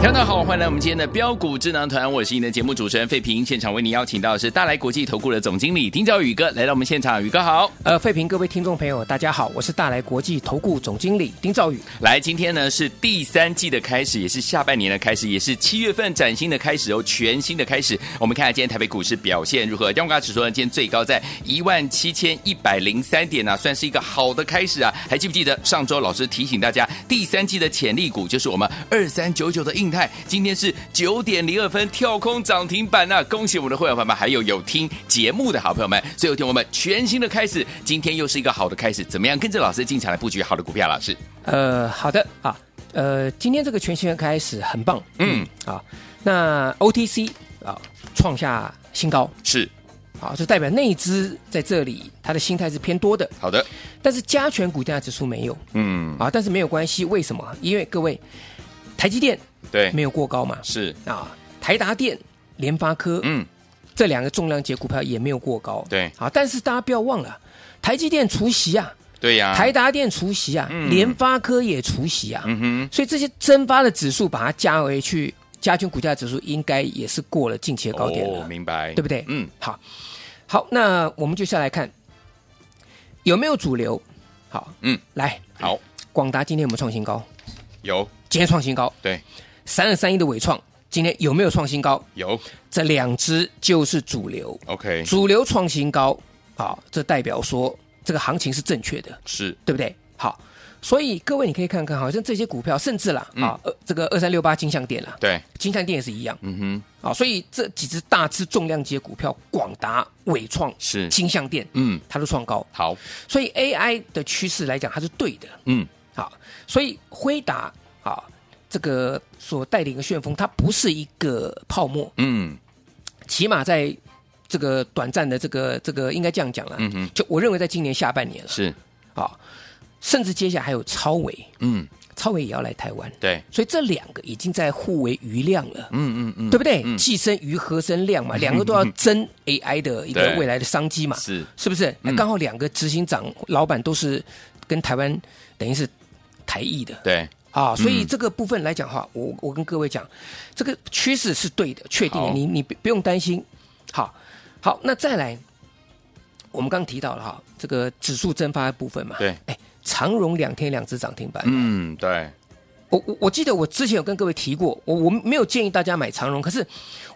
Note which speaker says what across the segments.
Speaker 1: 听众好，欢迎来我们今天的标股智囊团，我是你的节目主持人费平。现场为您邀请到的是大来国际投顾的总经理丁兆宇哥来到我们现场，宇哥好。
Speaker 2: 呃，费平各位听众朋友，大家好，我是大来国际投顾总经理丁兆宇。
Speaker 1: 来，今天呢是第三季的开始，也是下半年的开始，也是七月份崭新的开始哦，全新的开始。我们看看今天台北股市表现如何？央股指数呢，今天最高在一万七千一百零三点啊，算是一个好的开始啊。还记不记得上周老师提醒大家，第三季的潜力股就是我们二三九九的印泰，今天是九点零二分跳空涨停板啊！恭喜我们的会员朋友们，还有有听节目的好朋友们。所以，有天我们全新的开始，今天又是一个好的开始，怎么样跟着老师进场来布局好的股票？老师。
Speaker 2: 呃，好的啊，呃，今天这个全新的开始很棒，
Speaker 1: 嗯
Speaker 2: 啊，那 OTC 啊创下新高
Speaker 1: 是
Speaker 2: 啊，就代表内资在这里它的心态是偏多的，
Speaker 1: 好的，
Speaker 2: 但是加权股价指数没有
Speaker 1: 嗯，
Speaker 2: 啊，但是没有关系，为什么？因为各位台积电
Speaker 1: 对，
Speaker 2: 没有过高嘛，
Speaker 1: 是，
Speaker 2: 啊，台达电、联发科，
Speaker 1: 嗯，
Speaker 2: 这两个重量级股票也没有过高，
Speaker 1: 对
Speaker 2: 啊，但是大家不要忘了，台积电除息啊，
Speaker 1: 对呀、
Speaker 2: 台达电除息啊，
Speaker 1: 嗯
Speaker 2: 联发科也除息啊，
Speaker 1: 嗯哼，
Speaker 2: 所以这些蒸发的指数把它加回去，加权股价指数应该也是过了近期的高点了，
Speaker 1: 哦，明白，
Speaker 2: 对不对？
Speaker 1: 嗯，
Speaker 2: 好，好，那我们就下来看有没有主流，好，
Speaker 1: 嗯，
Speaker 2: 来，
Speaker 1: 好，
Speaker 2: 广达今天有没有创新高？
Speaker 1: 有，
Speaker 2: 今天创新高，
Speaker 1: 对，
Speaker 2: 三二三一的伟创今天有没有创新高？
Speaker 1: 有
Speaker 2: 这两只就是主流，
Speaker 1: ，OK，
Speaker 2: 主流创新高，好，这代表说这个行情是正确的，
Speaker 1: 是，
Speaker 2: 对不对？好，所以各位你可以看看，好像这些股票，甚至啦，
Speaker 1: 嗯
Speaker 2: 啊，呃这个二三六八金像店啦，
Speaker 1: 对，
Speaker 2: 金像店也是一样
Speaker 1: 嗯哼，
Speaker 2: 啊，所以这几只大只重量级的股票，广达、伟创、
Speaker 1: 是，
Speaker 2: 金像店，
Speaker 1: 嗯，
Speaker 2: 它都创高，
Speaker 1: 好，
Speaker 2: 所以 AI 的趋势来讲，它是对的，
Speaker 1: 嗯，
Speaker 2: 好，所以辉达啊，这个所带领的旋风，它不是一个泡沫，
Speaker 1: 嗯，
Speaker 2: 起码在这个短暂的这个这个应该这样讲了，
Speaker 1: 嗯哼
Speaker 2: 就我认为在今年下半年了
Speaker 1: 是，
Speaker 2: 啊，甚至接下来还有超维，
Speaker 1: 嗯，
Speaker 2: 超维也要来台湾，
Speaker 1: 对，
Speaker 2: 所以这两个已经在互为余量了。
Speaker 1: 嗯嗯嗯，
Speaker 2: 对不对？既生瑜，何生亮嘛？两个都要争 AI 的一个
Speaker 1: 对
Speaker 2: 未来的商机嘛，
Speaker 1: 是，
Speaker 2: 是不是？
Speaker 1: 嗯
Speaker 2: 刚好两个执行长、老板都是跟台湾等于是台裔的，
Speaker 1: 对，
Speaker 2: 啊，所以
Speaker 1: 嗯
Speaker 2: 这个部分来讲的话，我我跟各位讲，这个趋势是对的，确定的，
Speaker 1: 好
Speaker 2: 你你不不用担心。好，好，那再来，我们刚提到了哈，这个指数蒸发的部分嘛，
Speaker 1: 对，
Speaker 2: 哎，长荣两天两只涨停板，
Speaker 1: 嗯，对，
Speaker 2: 我我我记得我之前有跟各位提过，我我没有建议大家买长荣，可是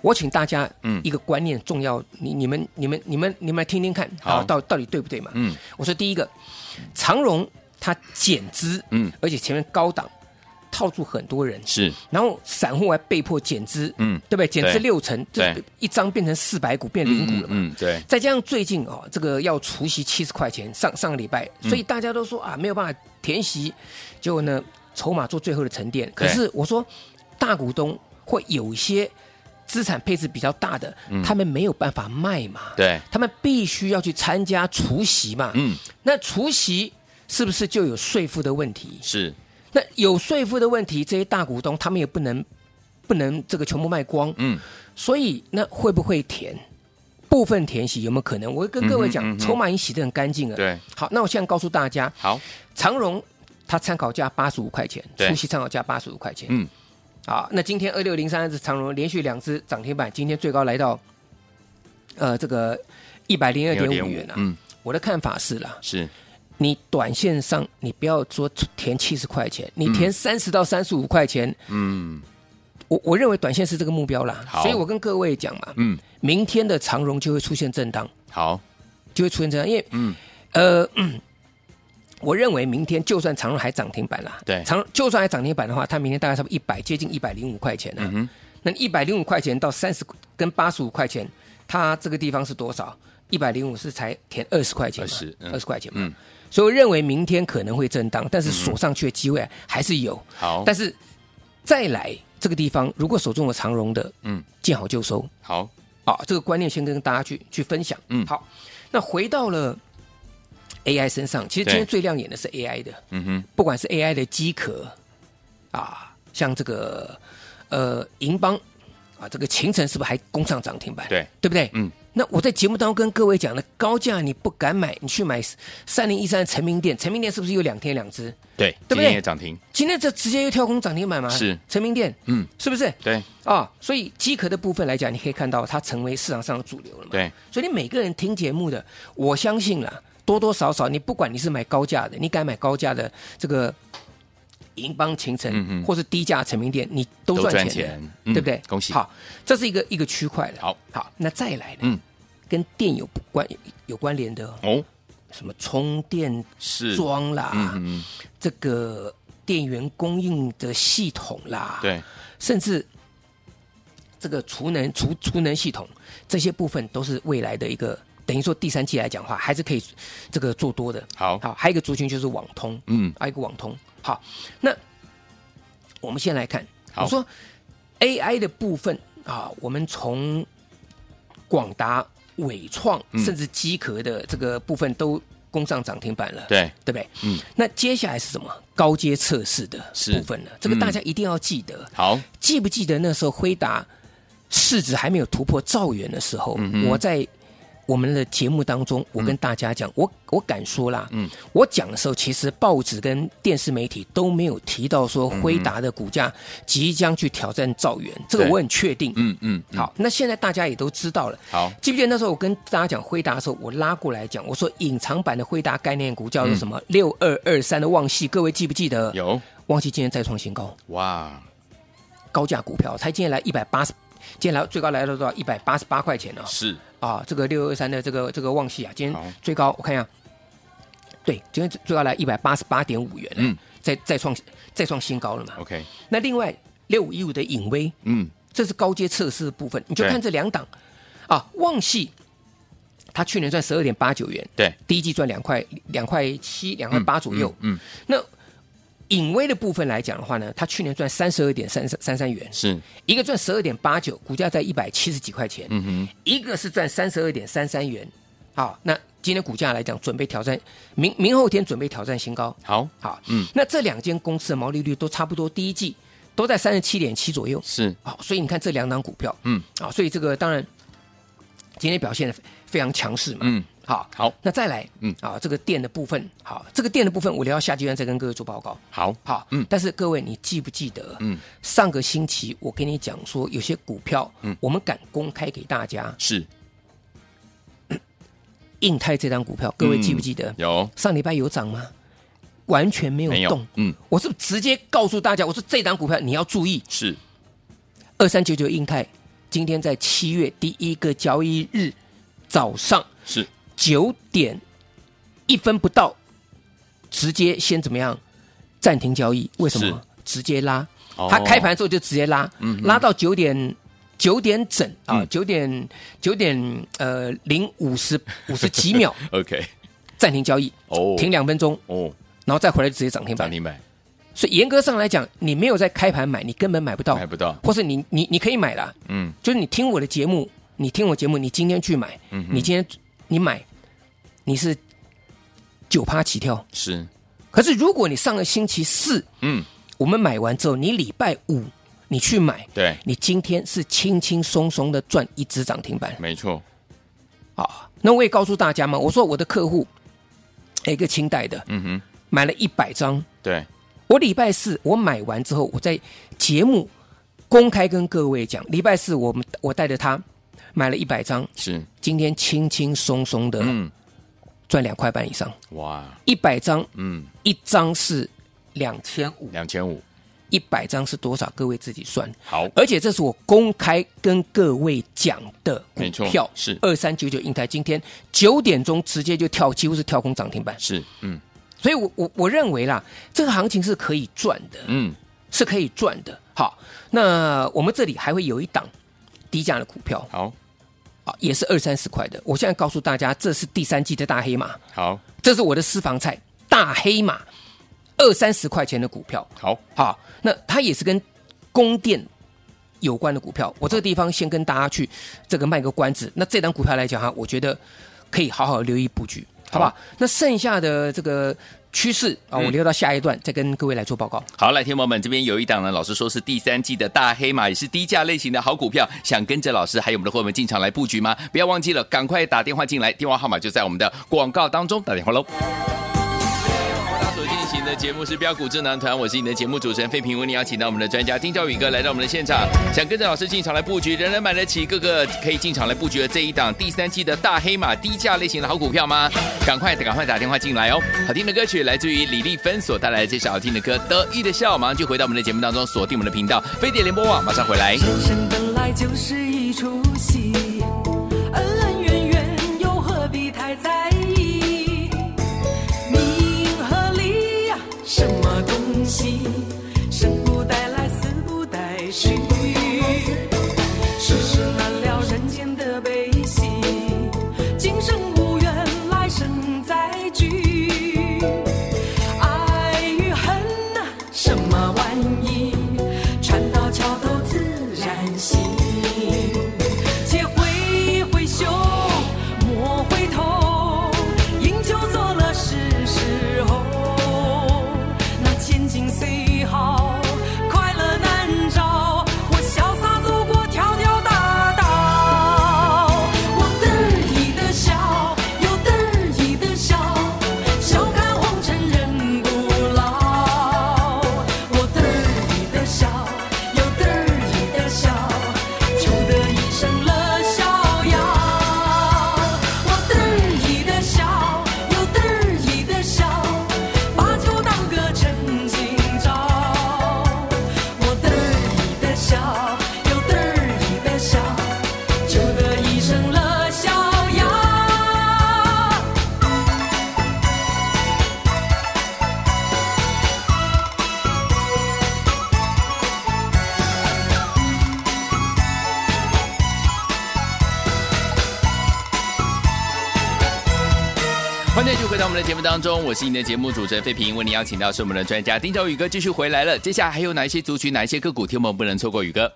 Speaker 2: 我请大家
Speaker 1: 嗯
Speaker 2: 一个观念重要，你你们你们你们你们来听听看，
Speaker 1: 好
Speaker 2: 啊到到底对不对嘛？
Speaker 1: 嗯，
Speaker 2: 我说第一个，长荣它减资，
Speaker 1: 嗯，
Speaker 2: 而且前面高档套住很多人，
Speaker 1: 是，
Speaker 2: 然后散户还被迫减资，
Speaker 1: 嗯
Speaker 2: 对不对？减资
Speaker 1: 对
Speaker 2: 六成，就
Speaker 1: 对
Speaker 2: 是一张变成四百股，变零股了嘛。
Speaker 1: 嗯，对，
Speaker 2: 再加上最近哦，这个要除息七十块钱，上上个礼拜，
Speaker 1: 嗯
Speaker 2: 所以大家都说啊没有办法填息，结果呢筹码做最后的沉淀。可
Speaker 1: 对
Speaker 2: 是我说大股东会有一些资产配置比较大的，他们没有办法卖嘛，
Speaker 1: 嗯对，
Speaker 2: 他们必须要去参加除息嘛。
Speaker 1: 嗯，
Speaker 2: 那除息是不是就有税负的问题？
Speaker 1: 是，
Speaker 2: 那有税负的问题，这些大股东他们也不能不能这个全部卖光，
Speaker 1: 嗯，
Speaker 2: 所以那会不会填？部分填息有没有可能？我会跟各位
Speaker 1: 嗯哼
Speaker 2: 讲，
Speaker 1: 嗯哼
Speaker 2: 筹码已经洗得很干净了。
Speaker 1: 对，
Speaker 2: 好，那我现在告诉大家，
Speaker 1: 好，
Speaker 2: 长荣它参考价八十五块钱，
Speaker 1: 对
Speaker 2: 除息参考价八十五块钱。
Speaker 1: 嗯，
Speaker 2: 啊，那今天二六零三是长荣连续两只涨停板，今天最高来到呃这个一百零二点五元啊。
Speaker 1: 嗯，
Speaker 2: 我的看法是啦，
Speaker 1: 是，
Speaker 2: 你短线上你不要说填七十块钱，你填三十到三十五块钱，
Speaker 1: 嗯，
Speaker 2: 我我认为短线是这个目标啦
Speaker 1: 好。
Speaker 2: 所以我跟各位讲嘛，
Speaker 1: 嗯，
Speaker 2: 明天的长荣就会出现震荡，
Speaker 1: 好，
Speaker 2: 就会出现震荡，因为
Speaker 1: 嗯，
Speaker 2: 呃。嗯我认为明天就算长荣还涨停板啦，
Speaker 1: 对
Speaker 2: 长就算还涨停板的话，它明天大概差不多一百接近一百零五块钱呢、啊
Speaker 1: 嗯哼，
Speaker 2: 那一百零五块钱到三十跟八十五块钱，它这个地方是多少？一百零五是才填二十块钱嘛，
Speaker 1: 20嗯
Speaker 2: 二十块钱嘛。
Speaker 1: 嗯
Speaker 2: 所以我认为明天可能会震荡，但是锁上去的机会还是有。
Speaker 1: 好，
Speaker 2: 但是再来这个地方，如果手中有长荣的，
Speaker 1: 嗯，
Speaker 2: 见好就收
Speaker 1: 好，
Speaker 2: 啊，这个观念先跟大家去去分享。
Speaker 1: 嗯
Speaker 2: 好，那回到了 AI 身上，其实今天
Speaker 1: 对
Speaker 2: 最亮眼的是 AI 的，
Speaker 1: 嗯哼，
Speaker 2: 不管是 AI 的机壳啊，像这个呃银邦啊，这个秦城是不是还攻上涨停板？
Speaker 1: 对，
Speaker 2: 对不对？
Speaker 1: 嗯。
Speaker 2: 那我在节目当中跟各位讲的高价你不敢买，你去买三零一三成名店，成名店是不是有两天两只？
Speaker 1: 对，今
Speaker 2: 对不对
Speaker 1: 天也涨停，
Speaker 2: 今天这直接又跳空涨停板嘛？
Speaker 1: 是
Speaker 2: 成名店，
Speaker 1: 嗯，
Speaker 2: 是不是？
Speaker 1: 对
Speaker 2: 啊，所以机壳的部分来讲，你可以看到它成为市场上的主流了嘛。
Speaker 1: 对，
Speaker 2: 所以你每个人听节目的，我相信啦，多多少少，你不管你是买高价的，你敢买高价的这个银邦秦城，
Speaker 1: 嗯嗯
Speaker 2: 或是低价成名店，你都
Speaker 1: 都
Speaker 2: 赚钱
Speaker 1: 赚
Speaker 2: 的，
Speaker 1: 钱嗯
Speaker 2: 对不对？
Speaker 1: 恭喜
Speaker 2: 好，这是一个一个区块了。
Speaker 1: 好，
Speaker 2: 好，那再来呢？
Speaker 1: 嗯
Speaker 2: 跟电有关有关联的，
Speaker 1: 哦，
Speaker 2: 什么充电
Speaker 1: 是，
Speaker 2: 桩啦，
Speaker 1: 嗯嗯，
Speaker 2: 这个电源供应的系统
Speaker 1: 嗯
Speaker 2: 啦，，
Speaker 1: 对，
Speaker 2: 甚至这个储能、储储能系统这些部分，都是未来的一个，等于说第三季来讲的话，还是可以这个做多的。
Speaker 1: 好
Speaker 2: 好，还有一个族群就是网通，啊
Speaker 1: 嗯，
Speaker 2: 还有一个网通。好，那我们先来看，
Speaker 1: 好
Speaker 2: 我说 AI 的部分啊，我们从广达、伟创，
Speaker 1: 嗯
Speaker 2: 甚至机壳的这个部分都攻上涨停板了。
Speaker 1: 对，
Speaker 2: 对不对？
Speaker 1: 嗯，
Speaker 2: 那接下来是什么？高阶测试的
Speaker 1: 是嗯
Speaker 2: 部分呢？这个大家一定要记得，
Speaker 1: 好，
Speaker 2: 记不记得那时候辉达市值还没有突破兆元的时候，
Speaker 1: 嗯
Speaker 2: 我在我们的节目当中，我跟大家讲，我我敢说啦，
Speaker 1: 嗯，
Speaker 2: 我讲的时候，其实报纸跟电视媒体都没有提到
Speaker 1: 嗯
Speaker 2: 说辉达的股价即将去挑战兆元，这个
Speaker 1: 对
Speaker 2: 我很确定。
Speaker 1: 嗯嗯，嗯，
Speaker 2: 好，那现在大家也都知道了。
Speaker 1: 好，
Speaker 2: 记不记得那时候我跟大家讲辉达的时候，我拉过来讲，我说隐藏版的辉达概念股叫做什么？六二二三的旺系，各位记不记得？
Speaker 1: 嗯有，
Speaker 2: 旺系今天再创新高，
Speaker 1: 哇，
Speaker 2: 高价股票，它今天来一百八十，今天来最高来到多少？一百八十八块钱呢、
Speaker 1: 是，
Speaker 2: 啊，这个六二三的这个这个旺系啊，今
Speaker 1: 好
Speaker 2: 天最高我看一下，对，今天最高来一百八十八点五元了，
Speaker 1: 嗯
Speaker 2: 再再创再创新高了嘛。
Speaker 1: ，OK，
Speaker 2: 那另外六五一五的影威，
Speaker 1: 嗯，
Speaker 2: 这是高阶测试的部分，你就
Speaker 1: 对
Speaker 2: 看这两档啊，旺系它去年赚十二点八九元，
Speaker 1: 对，
Speaker 2: 第一季赚两块两块七两块八左右。
Speaker 1: 嗯，嗯
Speaker 2: 那隐微的部分来讲的话呢，它去年赚三十二点三三三元，
Speaker 1: 是，
Speaker 2: 一个赚十二点八九，股价在一百七十几块钱，
Speaker 1: 嗯哼，
Speaker 2: 一个是赚三十二点三三元。好，那今天股价来讲，准备挑战明明后天准备挑战新高。
Speaker 1: 好，
Speaker 2: 好，
Speaker 1: 嗯，
Speaker 2: 那这两间公司的毛利率都差不多，第一季都在三十七点七左右。
Speaker 1: 是，
Speaker 2: 好，所以你看这两档股票，
Speaker 1: 嗯，
Speaker 2: 好，所以这个当然今天表现的非常强势嘛，
Speaker 1: 嗯，
Speaker 2: 好，
Speaker 1: 好，
Speaker 2: 那再来，
Speaker 1: 嗯
Speaker 2: 啊，这个电的部分，好，这个电的部分我留到下阶段再跟各位做报告，
Speaker 1: 好，
Speaker 2: 好，
Speaker 1: 嗯
Speaker 2: 但是各位你记不记得，
Speaker 1: 嗯，
Speaker 2: 上个星期我跟你讲说有些股票，
Speaker 1: 嗯
Speaker 2: 我们敢公开给大家，
Speaker 1: 是，
Speaker 2: 印泰这张股票，各位
Speaker 1: 嗯
Speaker 2: 记不记得？
Speaker 1: 有，
Speaker 2: 上礼拜有涨吗？完全没
Speaker 1: 没
Speaker 2: 有动
Speaker 1: 有，，嗯，
Speaker 2: 我是直接告诉大家，我说这档股票你要注意，
Speaker 1: 是，
Speaker 2: 二三九九印泰今天在七月第一个交易日早上
Speaker 1: 是，
Speaker 2: 九点一分不到，直接先怎么样暂停交易？为什
Speaker 1: 是
Speaker 2: 么？直接拉，
Speaker 1: 哦
Speaker 2: 它开盘之后就直接拉，
Speaker 1: 嗯
Speaker 2: 拉到九点九点整啊，
Speaker 1: 嗯
Speaker 2: 九点九点呃零五十五十 几秒
Speaker 1: ，OK，
Speaker 2: 暂停交易，
Speaker 1: 哦，
Speaker 2: 停，两分钟，
Speaker 1: 哦，
Speaker 2: 然后再回来就直接涨停
Speaker 1: 涨
Speaker 2: 板。
Speaker 1: 停板
Speaker 2: 所以严格上来讲，你没有在开盘买，你根本买不到
Speaker 1: 买，不到，
Speaker 2: 或是你你你可以买啦，
Speaker 1: 嗯，
Speaker 2: 就是你听我的节目，你听我节目，你今天去买，
Speaker 1: 嗯哼
Speaker 2: 你今天你买，你是九趴起跳。
Speaker 1: 是，
Speaker 2: 可是如果你上个星期四
Speaker 1: 嗯，
Speaker 2: 我们买完之后，你礼拜五你去买，
Speaker 1: 对，
Speaker 2: 你今天是轻轻松松的赚一只涨停板
Speaker 1: 没错，
Speaker 2: 啊！那我也告诉大家嘛，我说我的客户，哎一个清代的
Speaker 1: 嗯哼，
Speaker 2: 买了一百张，
Speaker 1: 对，
Speaker 2: 我礼拜四我买完之后，我在节目公开跟各位讲，礼拜四我们我带着他买了一百张，
Speaker 1: 是，
Speaker 2: 今天轻轻松松的
Speaker 1: 嗯，
Speaker 2: 赚两块半以上，
Speaker 1: 哇，
Speaker 2: 一百张，
Speaker 1: 嗯，
Speaker 2: 一张是两千五，
Speaker 1: 两千五，
Speaker 2: 一百张是多少？各位自己算。
Speaker 1: 好，
Speaker 2: 而且这是我公开跟各位讲的股
Speaker 1: 没错
Speaker 2: 票，
Speaker 1: 是
Speaker 2: 二三九九英台，今天九点钟直接就跳，几乎是跳空涨停板。
Speaker 1: 是，嗯
Speaker 2: 所以我我我认为啦，这个行情是可以赚的，
Speaker 1: 嗯，
Speaker 2: 是可以赚的。好，那我们这里还会有一档低价的股票
Speaker 1: 好
Speaker 2: 啊，也是二三十块的。我现在告诉大家，这是第三季的大黑马，
Speaker 1: 好
Speaker 2: 这是我的私房菜，大黑马，二三十块钱的股票。
Speaker 1: 好，
Speaker 2: 好，那它也是跟供电有关的股票。我这个地方先跟大家去这个卖个关子。那这档股票来讲哈，我觉得可以好好留意布局，好不好？
Speaker 1: 好
Speaker 2: 那剩下的这个趋势啊，我
Speaker 1: 嗯
Speaker 2: 留到下一段再跟各位来做报告。
Speaker 1: 好，来，天宝们，这边有一档呢，老师说是第三季的大黑马，也是低价类型的好股票，想跟着老师还有我们的伙伴们进场来布局吗？不要忘记了，赶快打电话进来，电话号码就在我们的广告当中，打电话喽。所进行的节目是标股智囊团，我是你的节目主持人费平，为你邀请到我们的专家丁兆宇哥来到我们的现场，想跟着老师进场来布局，人人买得起，各个可以进场来布局的这一档第三季的大黑马低价类型的好股票吗？赶快赶快打电话进来哦！好听的歌曲来自于李丽芬所带来的这首好听的歌《得意的笑》，马上就回到我们的节目当中，锁定我们的频道飞碟联播网，马上回来。
Speaker 3: 人生本来就是一出戏，恩恩怨怨又何必太在意？名和利呀，什么东西？生不带来，死不带去。世事难料，人间的悲喜，今生无缘，来生再聚。爱与恨呐、什么玩意？船到桥头自然醒。且挥挥袖，莫回头，饮酒作乐是时候。那千金虽好，快乐难找。我潇洒走过条条大道，我得意的笑，又得意的笑，笑看红尘人不老。我得意的笑，又得意的笑，求得一生乐逍遥。我得意的笑，又得意的笑，把酒当歌趁今朝。我得意的笑，又得意的笑，求得一生乐逍遥。
Speaker 1: 欢迎继续回到我们的节目当中，我是你的节目主持人费平，为您邀请到是我们的专家丁兆宇哥继续回来了。接下来还有哪一些族群、哪一些个股，天我们不能错过宇哥？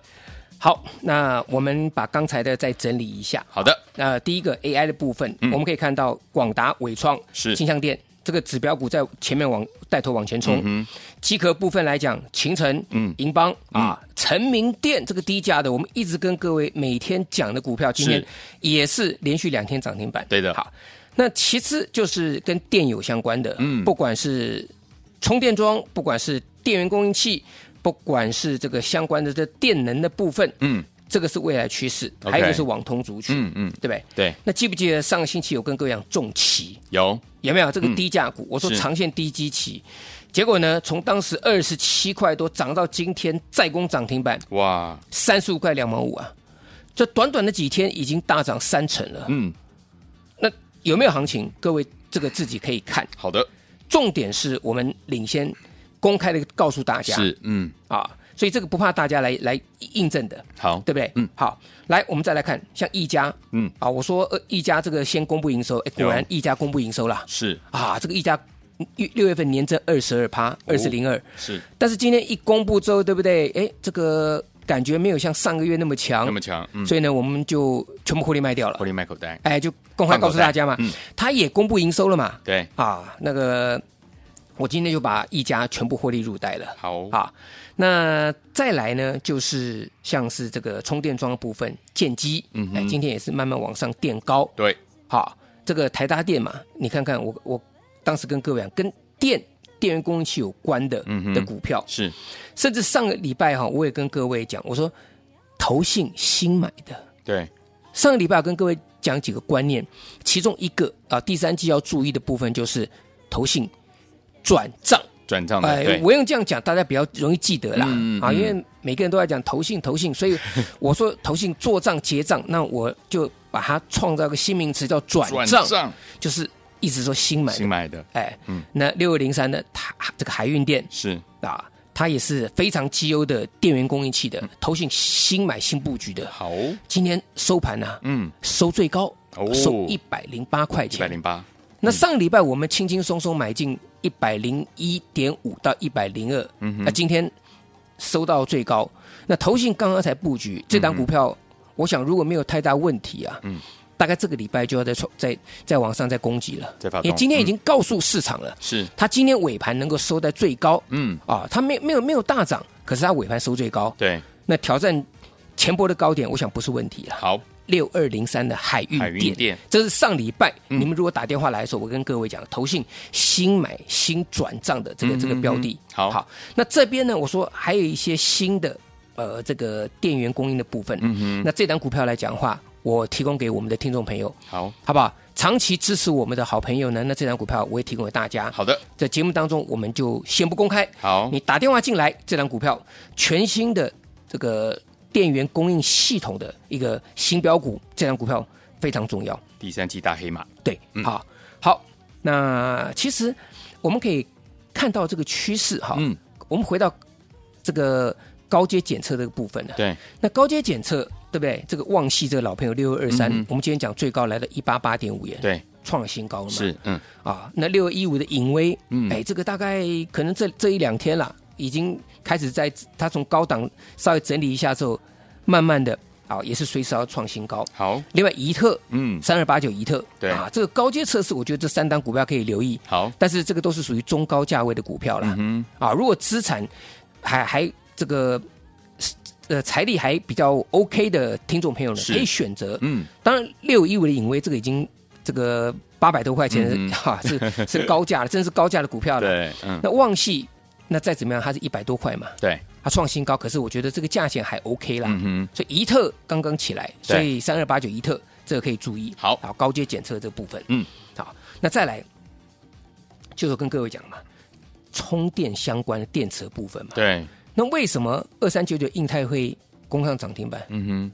Speaker 2: 好，那我们把刚才的再整理一下。
Speaker 1: 好的，
Speaker 2: 那、呃第一个 AI 的部分，
Speaker 1: 嗯
Speaker 2: 我们可以看到广达、伟创、
Speaker 1: 是
Speaker 2: 金像店这个指标股在前面往带头往前冲。机壳部分来讲，秦城、
Speaker 1: 嗯
Speaker 2: 嗯、银邦啊、成名店这个低价的，我们一直跟各位每天讲的股票，今天
Speaker 1: 是
Speaker 2: 也是连续两天涨停板。
Speaker 1: 对的
Speaker 2: 好，那其次就是跟电有相关的，
Speaker 1: 嗯
Speaker 2: 不管是充电桩，不管是电源供应器，不管是这个相关的这电能的部分，
Speaker 1: 嗯，
Speaker 2: 这个是未来趋势，
Speaker 1: OK
Speaker 2: 还有就是网通族群，
Speaker 1: 嗯嗯
Speaker 2: 对不对？
Speaker 1: 对，
Speaker 2: 那记不记得上个星期有跟各位讲重旗
Speaker 1: 有，
Speaker 2: 有没有这个
Speaker 1: 嗯
Speaker 2: 低价股？我说
Speaker 1: 是
Speaker 2: 长线低基期，结果呢，从当时二十七块多涨到今天再攻涨停板
Speaker 1: 哇，
Speaker 2: 三十五块两毛五啊，这短短的几天已经大涨三成了。
Speaker 1: 嗯，
Speaker 2: 那有没有行情？各位这个自己可以看。
Speaker 1: 好的，
Speaker 2: 重点是我们领先公开的告诉大家
Speaker 1: 是，嗯，
Speaker 2: 啊，所以这个不怕大家来来印证的。
Speaker 1: 好，
Speaker 2: 对不对？
Speaker 1: 嗯，
Speaker 2: 好，来，我们再来看，像一家，
Speaker 1: 嗯，
Speaker 2: 啊，我说呃，一家这个先公布营收，哎，
Speaker 1: 有
Speaker 2: 果然一家公布营收啦，
Speaker 1: 是
Speaker 2: 啊，这个一家六六月份年增二十二
Speaker 1: 哦
Speaker 2: 趴，二四零二，
Speaker 1: 是
Speaker 2: 但是今天一公布之后，对不对？哎，这个感觉没有像上个月那么强，
Speaker 1: 那么强，嗯，
Speaker 2: 所以呢，我们就全部获利卖掉
Speaker 1: 获
Speaker 2: 了，
Speaker 1: 利卖口袋，
Speaker 2: 哎，就公开告诉大家嘛
Speaker 1: 放口袋嗯，
Speaker 2: 他也公布营收了嘛，
Speaker 1: 对，
Speaker 2: 啊，那个我今天就把一家全部获利入袋了。
Speaker 1: 好，
Speaker 2: 好，那再来呢，就是像是这个充电桩的部分，建机，
Speaker 1: 嗯哼
Speaker 2: 哎，今天也是慢慢往上垫高。
Speaker 1: 对，
Speaker 2: 好，这个台达电嘛，你看看我我当时跟各位讲，跟电电源供应器有关的、
Speaker 1: 嗯哼
Speaker 2: 的股票，
Speaker 1: 是
Speaker 2: 甚至上个礼拜哈、我也跟各位讲，我说投信新买的，
Speaker 1: 对，
Speaker 2: 上个礼拜我跟各位讲几个观念，其中一个啊，第三季要注意的部分就是投信转账。
Speaker 1: 转账的，
Speaker 2: 哎，
Speaker 1: 对，
Speaker 2: 我用这样讲，大家比较容易记得啦。
Speaker 1: 嗯
Speaker 2: 啊，
Speaker 1: 嗯
Speaker 2: 因为每个人都在讲投信，投信，所以我说投信做账结账，那我就把它创造一个新名词叫转账，哎就是一直说新买的
Speaker 1: 新。买的，
Speaker 2: 哎，
Speaker 1: 嗯
Speaker 2: 那六二零三的台这个海运店
Speaker 1: 是
Speaker 2: 啊，它也是非常绩优的电源供应
Speaker 1: 嗯
Speaker 2: 器的，投信新买新布局的。
Speaker 1: 好，
Speaker 2: 今天收盘呢、
Speaker 1: 嗯，
Speaker 2: 收最高
Speaker 1: 哦，
Speaker 2: 收一百零八块
Speaker 1: 一百
Speaker 2: 钱。
Speaker 1: 零八，
Speaker 2: 那上个礼拜我们轻轻松松买进一百零一点五到一百零二，
Speaker 1: 嗯
Speaker 2: 那今天收到最高。那投信刚刚才布局这档股票，我想如果没有太大问题啊，
Speaker 1: 嗯
Speaker 2: 大概这个礼拜就要再创再再往上再攻击了
Speaker 1: 再发，动
Speaker 2: 也今天已经告诉市场了，
Speaker 1: 是，
Speaker 2: 它今天尾盘能够收在最高
Speaker 1: 嗯，
Speaker 2: 啊，它没没有没有大涨，可是它尾盘收最高，
Speaker 1: 对，
Speaker 2: 那挑战前波的高点，我想不是问题了。
Speaker 1: 好，
Speaker 2: 六二零三的海运
Speaker 1: 海
Speaker 2: 店，
Speaker 1: 运店
Speaker 2: 这是上礼拜、
Speaker 1: 嗯
Speaker 2: 你们如果打电话来的时候，我跟各位讲，投信新买新转账的这个、
Speaker 1: 嗯
Speaker 2: 这个标的
Speaker 1: 嗯。嗯好
Speaker 2: 那这边呢，我说还有一些新的呃这个电源供应的部分。
Speaker 1: 嗯哼，
Speaker 2: 那这档股票来讲的话，我提供给我们的听众朋友，
Speaker 1: 好，
Speaker 2: 好不好？长期支持我们的好朋友呢，那这档股票我也提供给大家。
Speaker 1: 好的，
Speaker 2: 在节目当中，我们就先不公开。
Speaker 1: 好
Speaker 2: 哦你，打电话进来，这档股票全新的这个电源供应系统的一个新标股，这档股票非常重要。
Speaker 1: 第三季大黑马，
Speaker 2: 对，
Speaker 1: 嗯
Speaker 2: 好，好，那其实我们可以看到这个趋势哈。
Speaker 1: 嗯，
Speaker 2: 我们回到这个高阶检测这个部分呢，
Speaker 1: 对，
Speaker 2: 那高阶检测对不对？这个旺系这个老朋友六二二三
Speaker 1: 嗯哼，
Speaker 2: 我们今天讲最高来到一八八点五元，
Speaker 1: 对，
Speaker 2: 创新高了嘛？
Speaker 1: 是，嗯，
Speaker 2: 啊，那六一五的影威，
Speaker 1: 嗯
Speaker 2: 哎，这个大概可能这这一两天啦，已经开始在它从高档稍微整理一下之后，慢慢的啊，也是随时要创新高。
Speaker 1: 好，
Speaker 2: 另外，怡特
Speaker 1: 嗯，
Speaker 2: 三二八九怡特，
Speaker 1: 对
Speaker 2: 啊，这个高阶测试，我觉得这三档股票可以留意，
Speaker 1: 好，
Speaker 2: 但是这个都是属于中高价位的股票啦。
Speaker 1: 嗯
Speaker 2: 啊，如果资产还还这个呃财力还比较 OK 的听众朋友呢，
Speaker 1: 是
Speaker 2: 可以选择
Speaker 1: 哼，嗯，
Speaker 2: 当然，六一五的影威这个已经这个八百多块钱
Speaker 1: 嗯嗯
Speaker 2: 哈、是是高 价了，真是高价的股票了。
Speaker 1: 对，嗯，
Speaker 2: 那旺系那再怎么样，它是一百多块嘛，
Speaker 1: 对，
Speaker 2: 它创新高，可是我觉得这个价钱还 OK 啦。
Speaker 1: 嗯哼，
Speaker 2: 所以怡特刚刚起来，
Speaker 1: 对
Speaker 2: 所以三二八九怡特这个可以注意。
Speaker 1: 好
Speaker 2: 好，高阶检测这部分，
Speaker 1: 嗯，
Speaker 2: 好，那再来就是我跟各位讲嘛，充电相关的电池的部分嘛。
Speaker 1: 对，
Speaker 2: 那为什么二三九九印泰会攻上涨停板？
Speaker 1: 嗯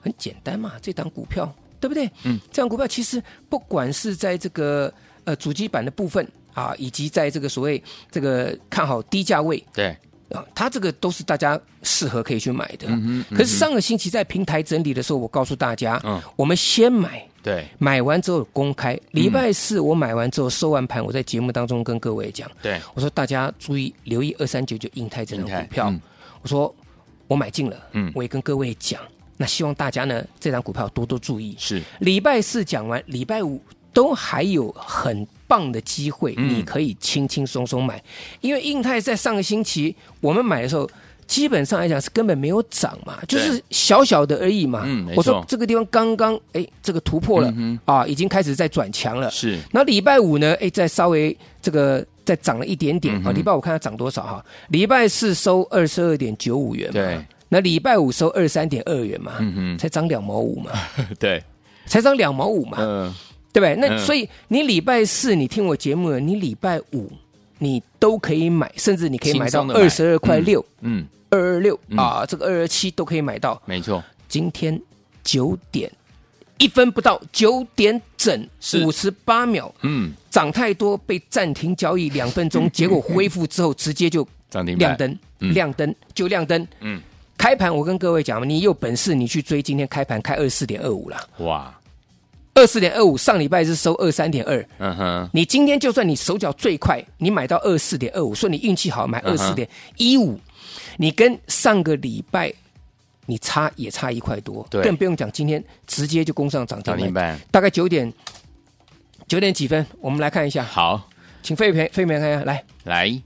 Speaker 2: 很简单嘛，这档股票对不对？
Speaker 1: 嗯，
Speaker 2: 这档股票其实不管是在这个呃主机板的部分啊，以及在这个所谓这个看好低价位
Speaker 1: 哼，对，
Speaker 2: 啊，它这个都是大家适合可以去买的。
Speaker 1: 嗯哼，
Speaker 2: 可是上个星期在平台整理的时候，我告诉大家，
Speaker 1: 嗯
Speaker 2: 我们先买，
Speaker 1: 对，
Speaker 2: 买完之后公开。礼拜四我买完之后收完盘，我在节目当中跟各位讲，
Speaker 1: 对，
Speaker 2: 我说大家注意留意二三九九印泰这张
Speaker 1: 印泰
Speaker 2: 股票，
Speaker 1: 嗯
Speaker 2: 我说我买进了，
Speaker 1: 嗯
Speaker 2: 我也跟各位讲，那希望大家呢这张股票多多注意。
Speaker 1: 是，
Speaker 2: 礼拜四讲完，礼拜五都还有很棒的机会，
Speaker 1: 嗯
Speaker 2: 你可以轻轻松松买，因为印泰在上个星期我们买的时候。基本上来讲是根本没有涨嘛，就是小小的而已嘛。
Speaker 1: 嗯没错
Speaker 2: 我说这个地方刚刚哎，这个突破了、
Speaker 1: 嗯
Speaker 2: 啊，已经开始在转强了。
Speaker 1: 是，
Speaker 2: 那礼拜五呢？哎，再稍微这个再涨了一点点
Speaker 1: 嗯
Speaker 2: 啊。
Speaker 1: 哼
Speaker 2: 礼拜五看它涨多少哈？礼拜四收二十二点九五元嘛，
Speaker 1: 对，
Speaker 2: 那礼拜五收二三点二元嘛，
Speaker 1: 嗯
Speaker 2: 才涨两毛五嘛，
Speaker 1: 哼， 对，
Speaker 2: 才涨两毛五嘛，
Speaker 1: 嗯，
Speaker 2: 对不对？那
Speaker 1: 嗯
Speaker 2: 所以你礼拜四你听我节目了，你礼拜五你都可以买，甚至你可以买
Speaker 1: 轻
Speaker 2: 到
Speaker 1: 松地买
Speaker 2: 二十二块六、
Speaker 1: 嗯，
Speaker 2: 二二六
Speaker 1: 嗯
Speaker 2: 啊，这个二二七都可以买到。
Speaker 1: 没错，
Speaker 2: 今天九点一分不到，九点整
Speaker 1: 是
Speaker 2: 五十八秒。
Speaker 1: 嗯，
Speaker 2: 涨太多被暂停交易两 分钟，结果恢复之后直接就
Speaker 1: 涨停板
Speaker 2: 亮，灯，
Speaker 1: 嗯
Speaker 2: 亮灯就亮灯。
Speaker 1: 嗯，
Speaker 2: 开盘我跟各位讲嘛，你有本事你去追，今天开盘开二四点二五啦，
Speaker 1: 哇，
Speaker 2: 二四点二五，上礼拜是收二三点二。
Speaker 1: 嗯哼，
Speaker 2: 你今天就算你手脚最快，你买到二四点二五，说你运气好买
Speaker 1: 嗯
Speaker 2: 二四
Speaker 1: 哼
Speaker 2: 点一五，你跟上个礼拜你差也差一块多，
Speaker 1: 对
Speaker 2: 更不用讲今天直接就攻上涨停
Speaker 1: 涨停
Speaker 2: 板，
Speaker 1: 板，
Speaker 2: 大概九点九点几分，我们来看一下。
Speaker 1: 好，
Speaker 2: 请费培费培看一下，来
Speaker 1: 来，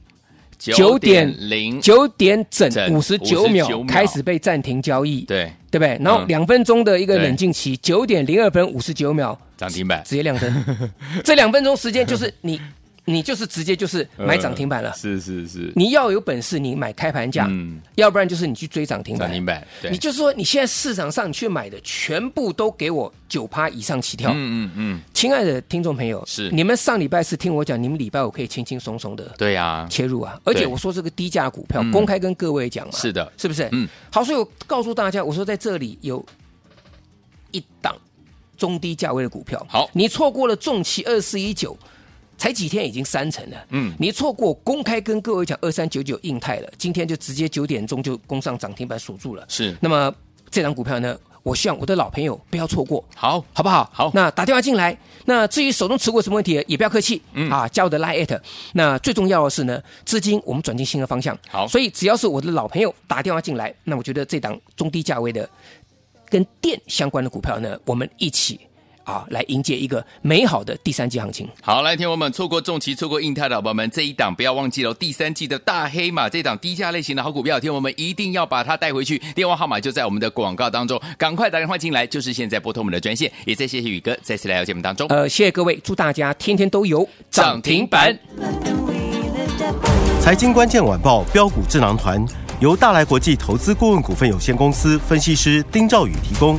Speaker 2: 9点
Speaker 1: 零，
Speaker 2: 九点整
Speaker 1: 整
Speaker 2: 五十九
Speaker 1: 59
Speaker 2: 秒
Speaker 1: 秒
Speaker 2: 开始被暂停交易，
Speaker 1: 对，
Speaker 2: 对不对？然后
Speaker 1: 嗯
Speaker 2: 两分钟的一个
Speaker 1: 对
Speaker 2: 冷静期，九点零二分五十九秒
Speaker 1: 涨停板，
Speaker 2: 直接亮 灯，这两分钟时间就是你你就是直接就是买涨停板了
Speaker 1: 嗯。是是是，
Speaker 2: 你要有本事，你买开盘价，
Speaker 1: 嗯
Speaker 2: 要不然就是你去追涨停
Speaker 1: 涨
Speaker 2: 板。
Speaker 1: 停板，对
Speaker 2: 你，就说你现在市场上你去买的全部都给我九趴以上起跳。
Speaker 1: 嗯嗯嗯，
Speaker 2: 亲爱的听众朋友，
Speaker 1: 是
Speaker 2: 你们上礼拜是听我讲，你们礼拜五可以轻轻松松的
Speaker 1: 对呀，
Speaker 2: 切入啊，而且我说这个低价股票
Speaker 1: 嗯
Speaker 2: 公开跟各位讲嘛，
Speaker 1: 是的
Speaker 2: 是不是？
Speaker 1: 嗯
Speaker 2: 嗯，好，所以我告诉大家，我说在这里有一档中低价位的股票，
Speaker 1: 好
Speaker 2: 你错过了重骑二四一九，才几天已经三成了。
Speaker 1: 嗯
Speaker 2: 你错过公开跟各位讲二三九九印泰了，今天就直接九点钟就攻上涨停板锁住了。
Speaker 1: 是
Speaker 2: 那么这档股票呢，我希望我的老朋友不要错过。
Speaker 1: 好，
Speaker 2: 好不好？
Speaker 1: 好
Speaker 2: 那打电话进来。那至于手中持股有什么问题，也不要客气，
Speaker 1: 嗯
Speaker 2: 啊，加我的 line at。那最重要的是呢，资金我们转进新的方向。
Speaker 1: 好
Speaker 2: 所以只要是我的老朋友打电话进来，那我觉得这档中低价位的跟电相关的股票呢，我们一起啊来迎接一个美好的第三季行情。
Speaker 1: 好，来，听我们错过重骑、错过印泰的宝宝们，这一档不要忘记了，第三季的大黑马，这档低价类型的好股票，听我们一定要把它带回去。电话号码就在我们的广告当中，赶快打电话进来，就是现在拨通我们的专线。也再谢谢宇哥再次来到节目当中，
Speaker 2: 呃，谢谢各位，祝大家天天都有
Speaker 1: 涨停板。
Speaker 4: 财经关键晚报标股智囊团由大来国际投资顾问股份有限公司分析师丁兆宇提供。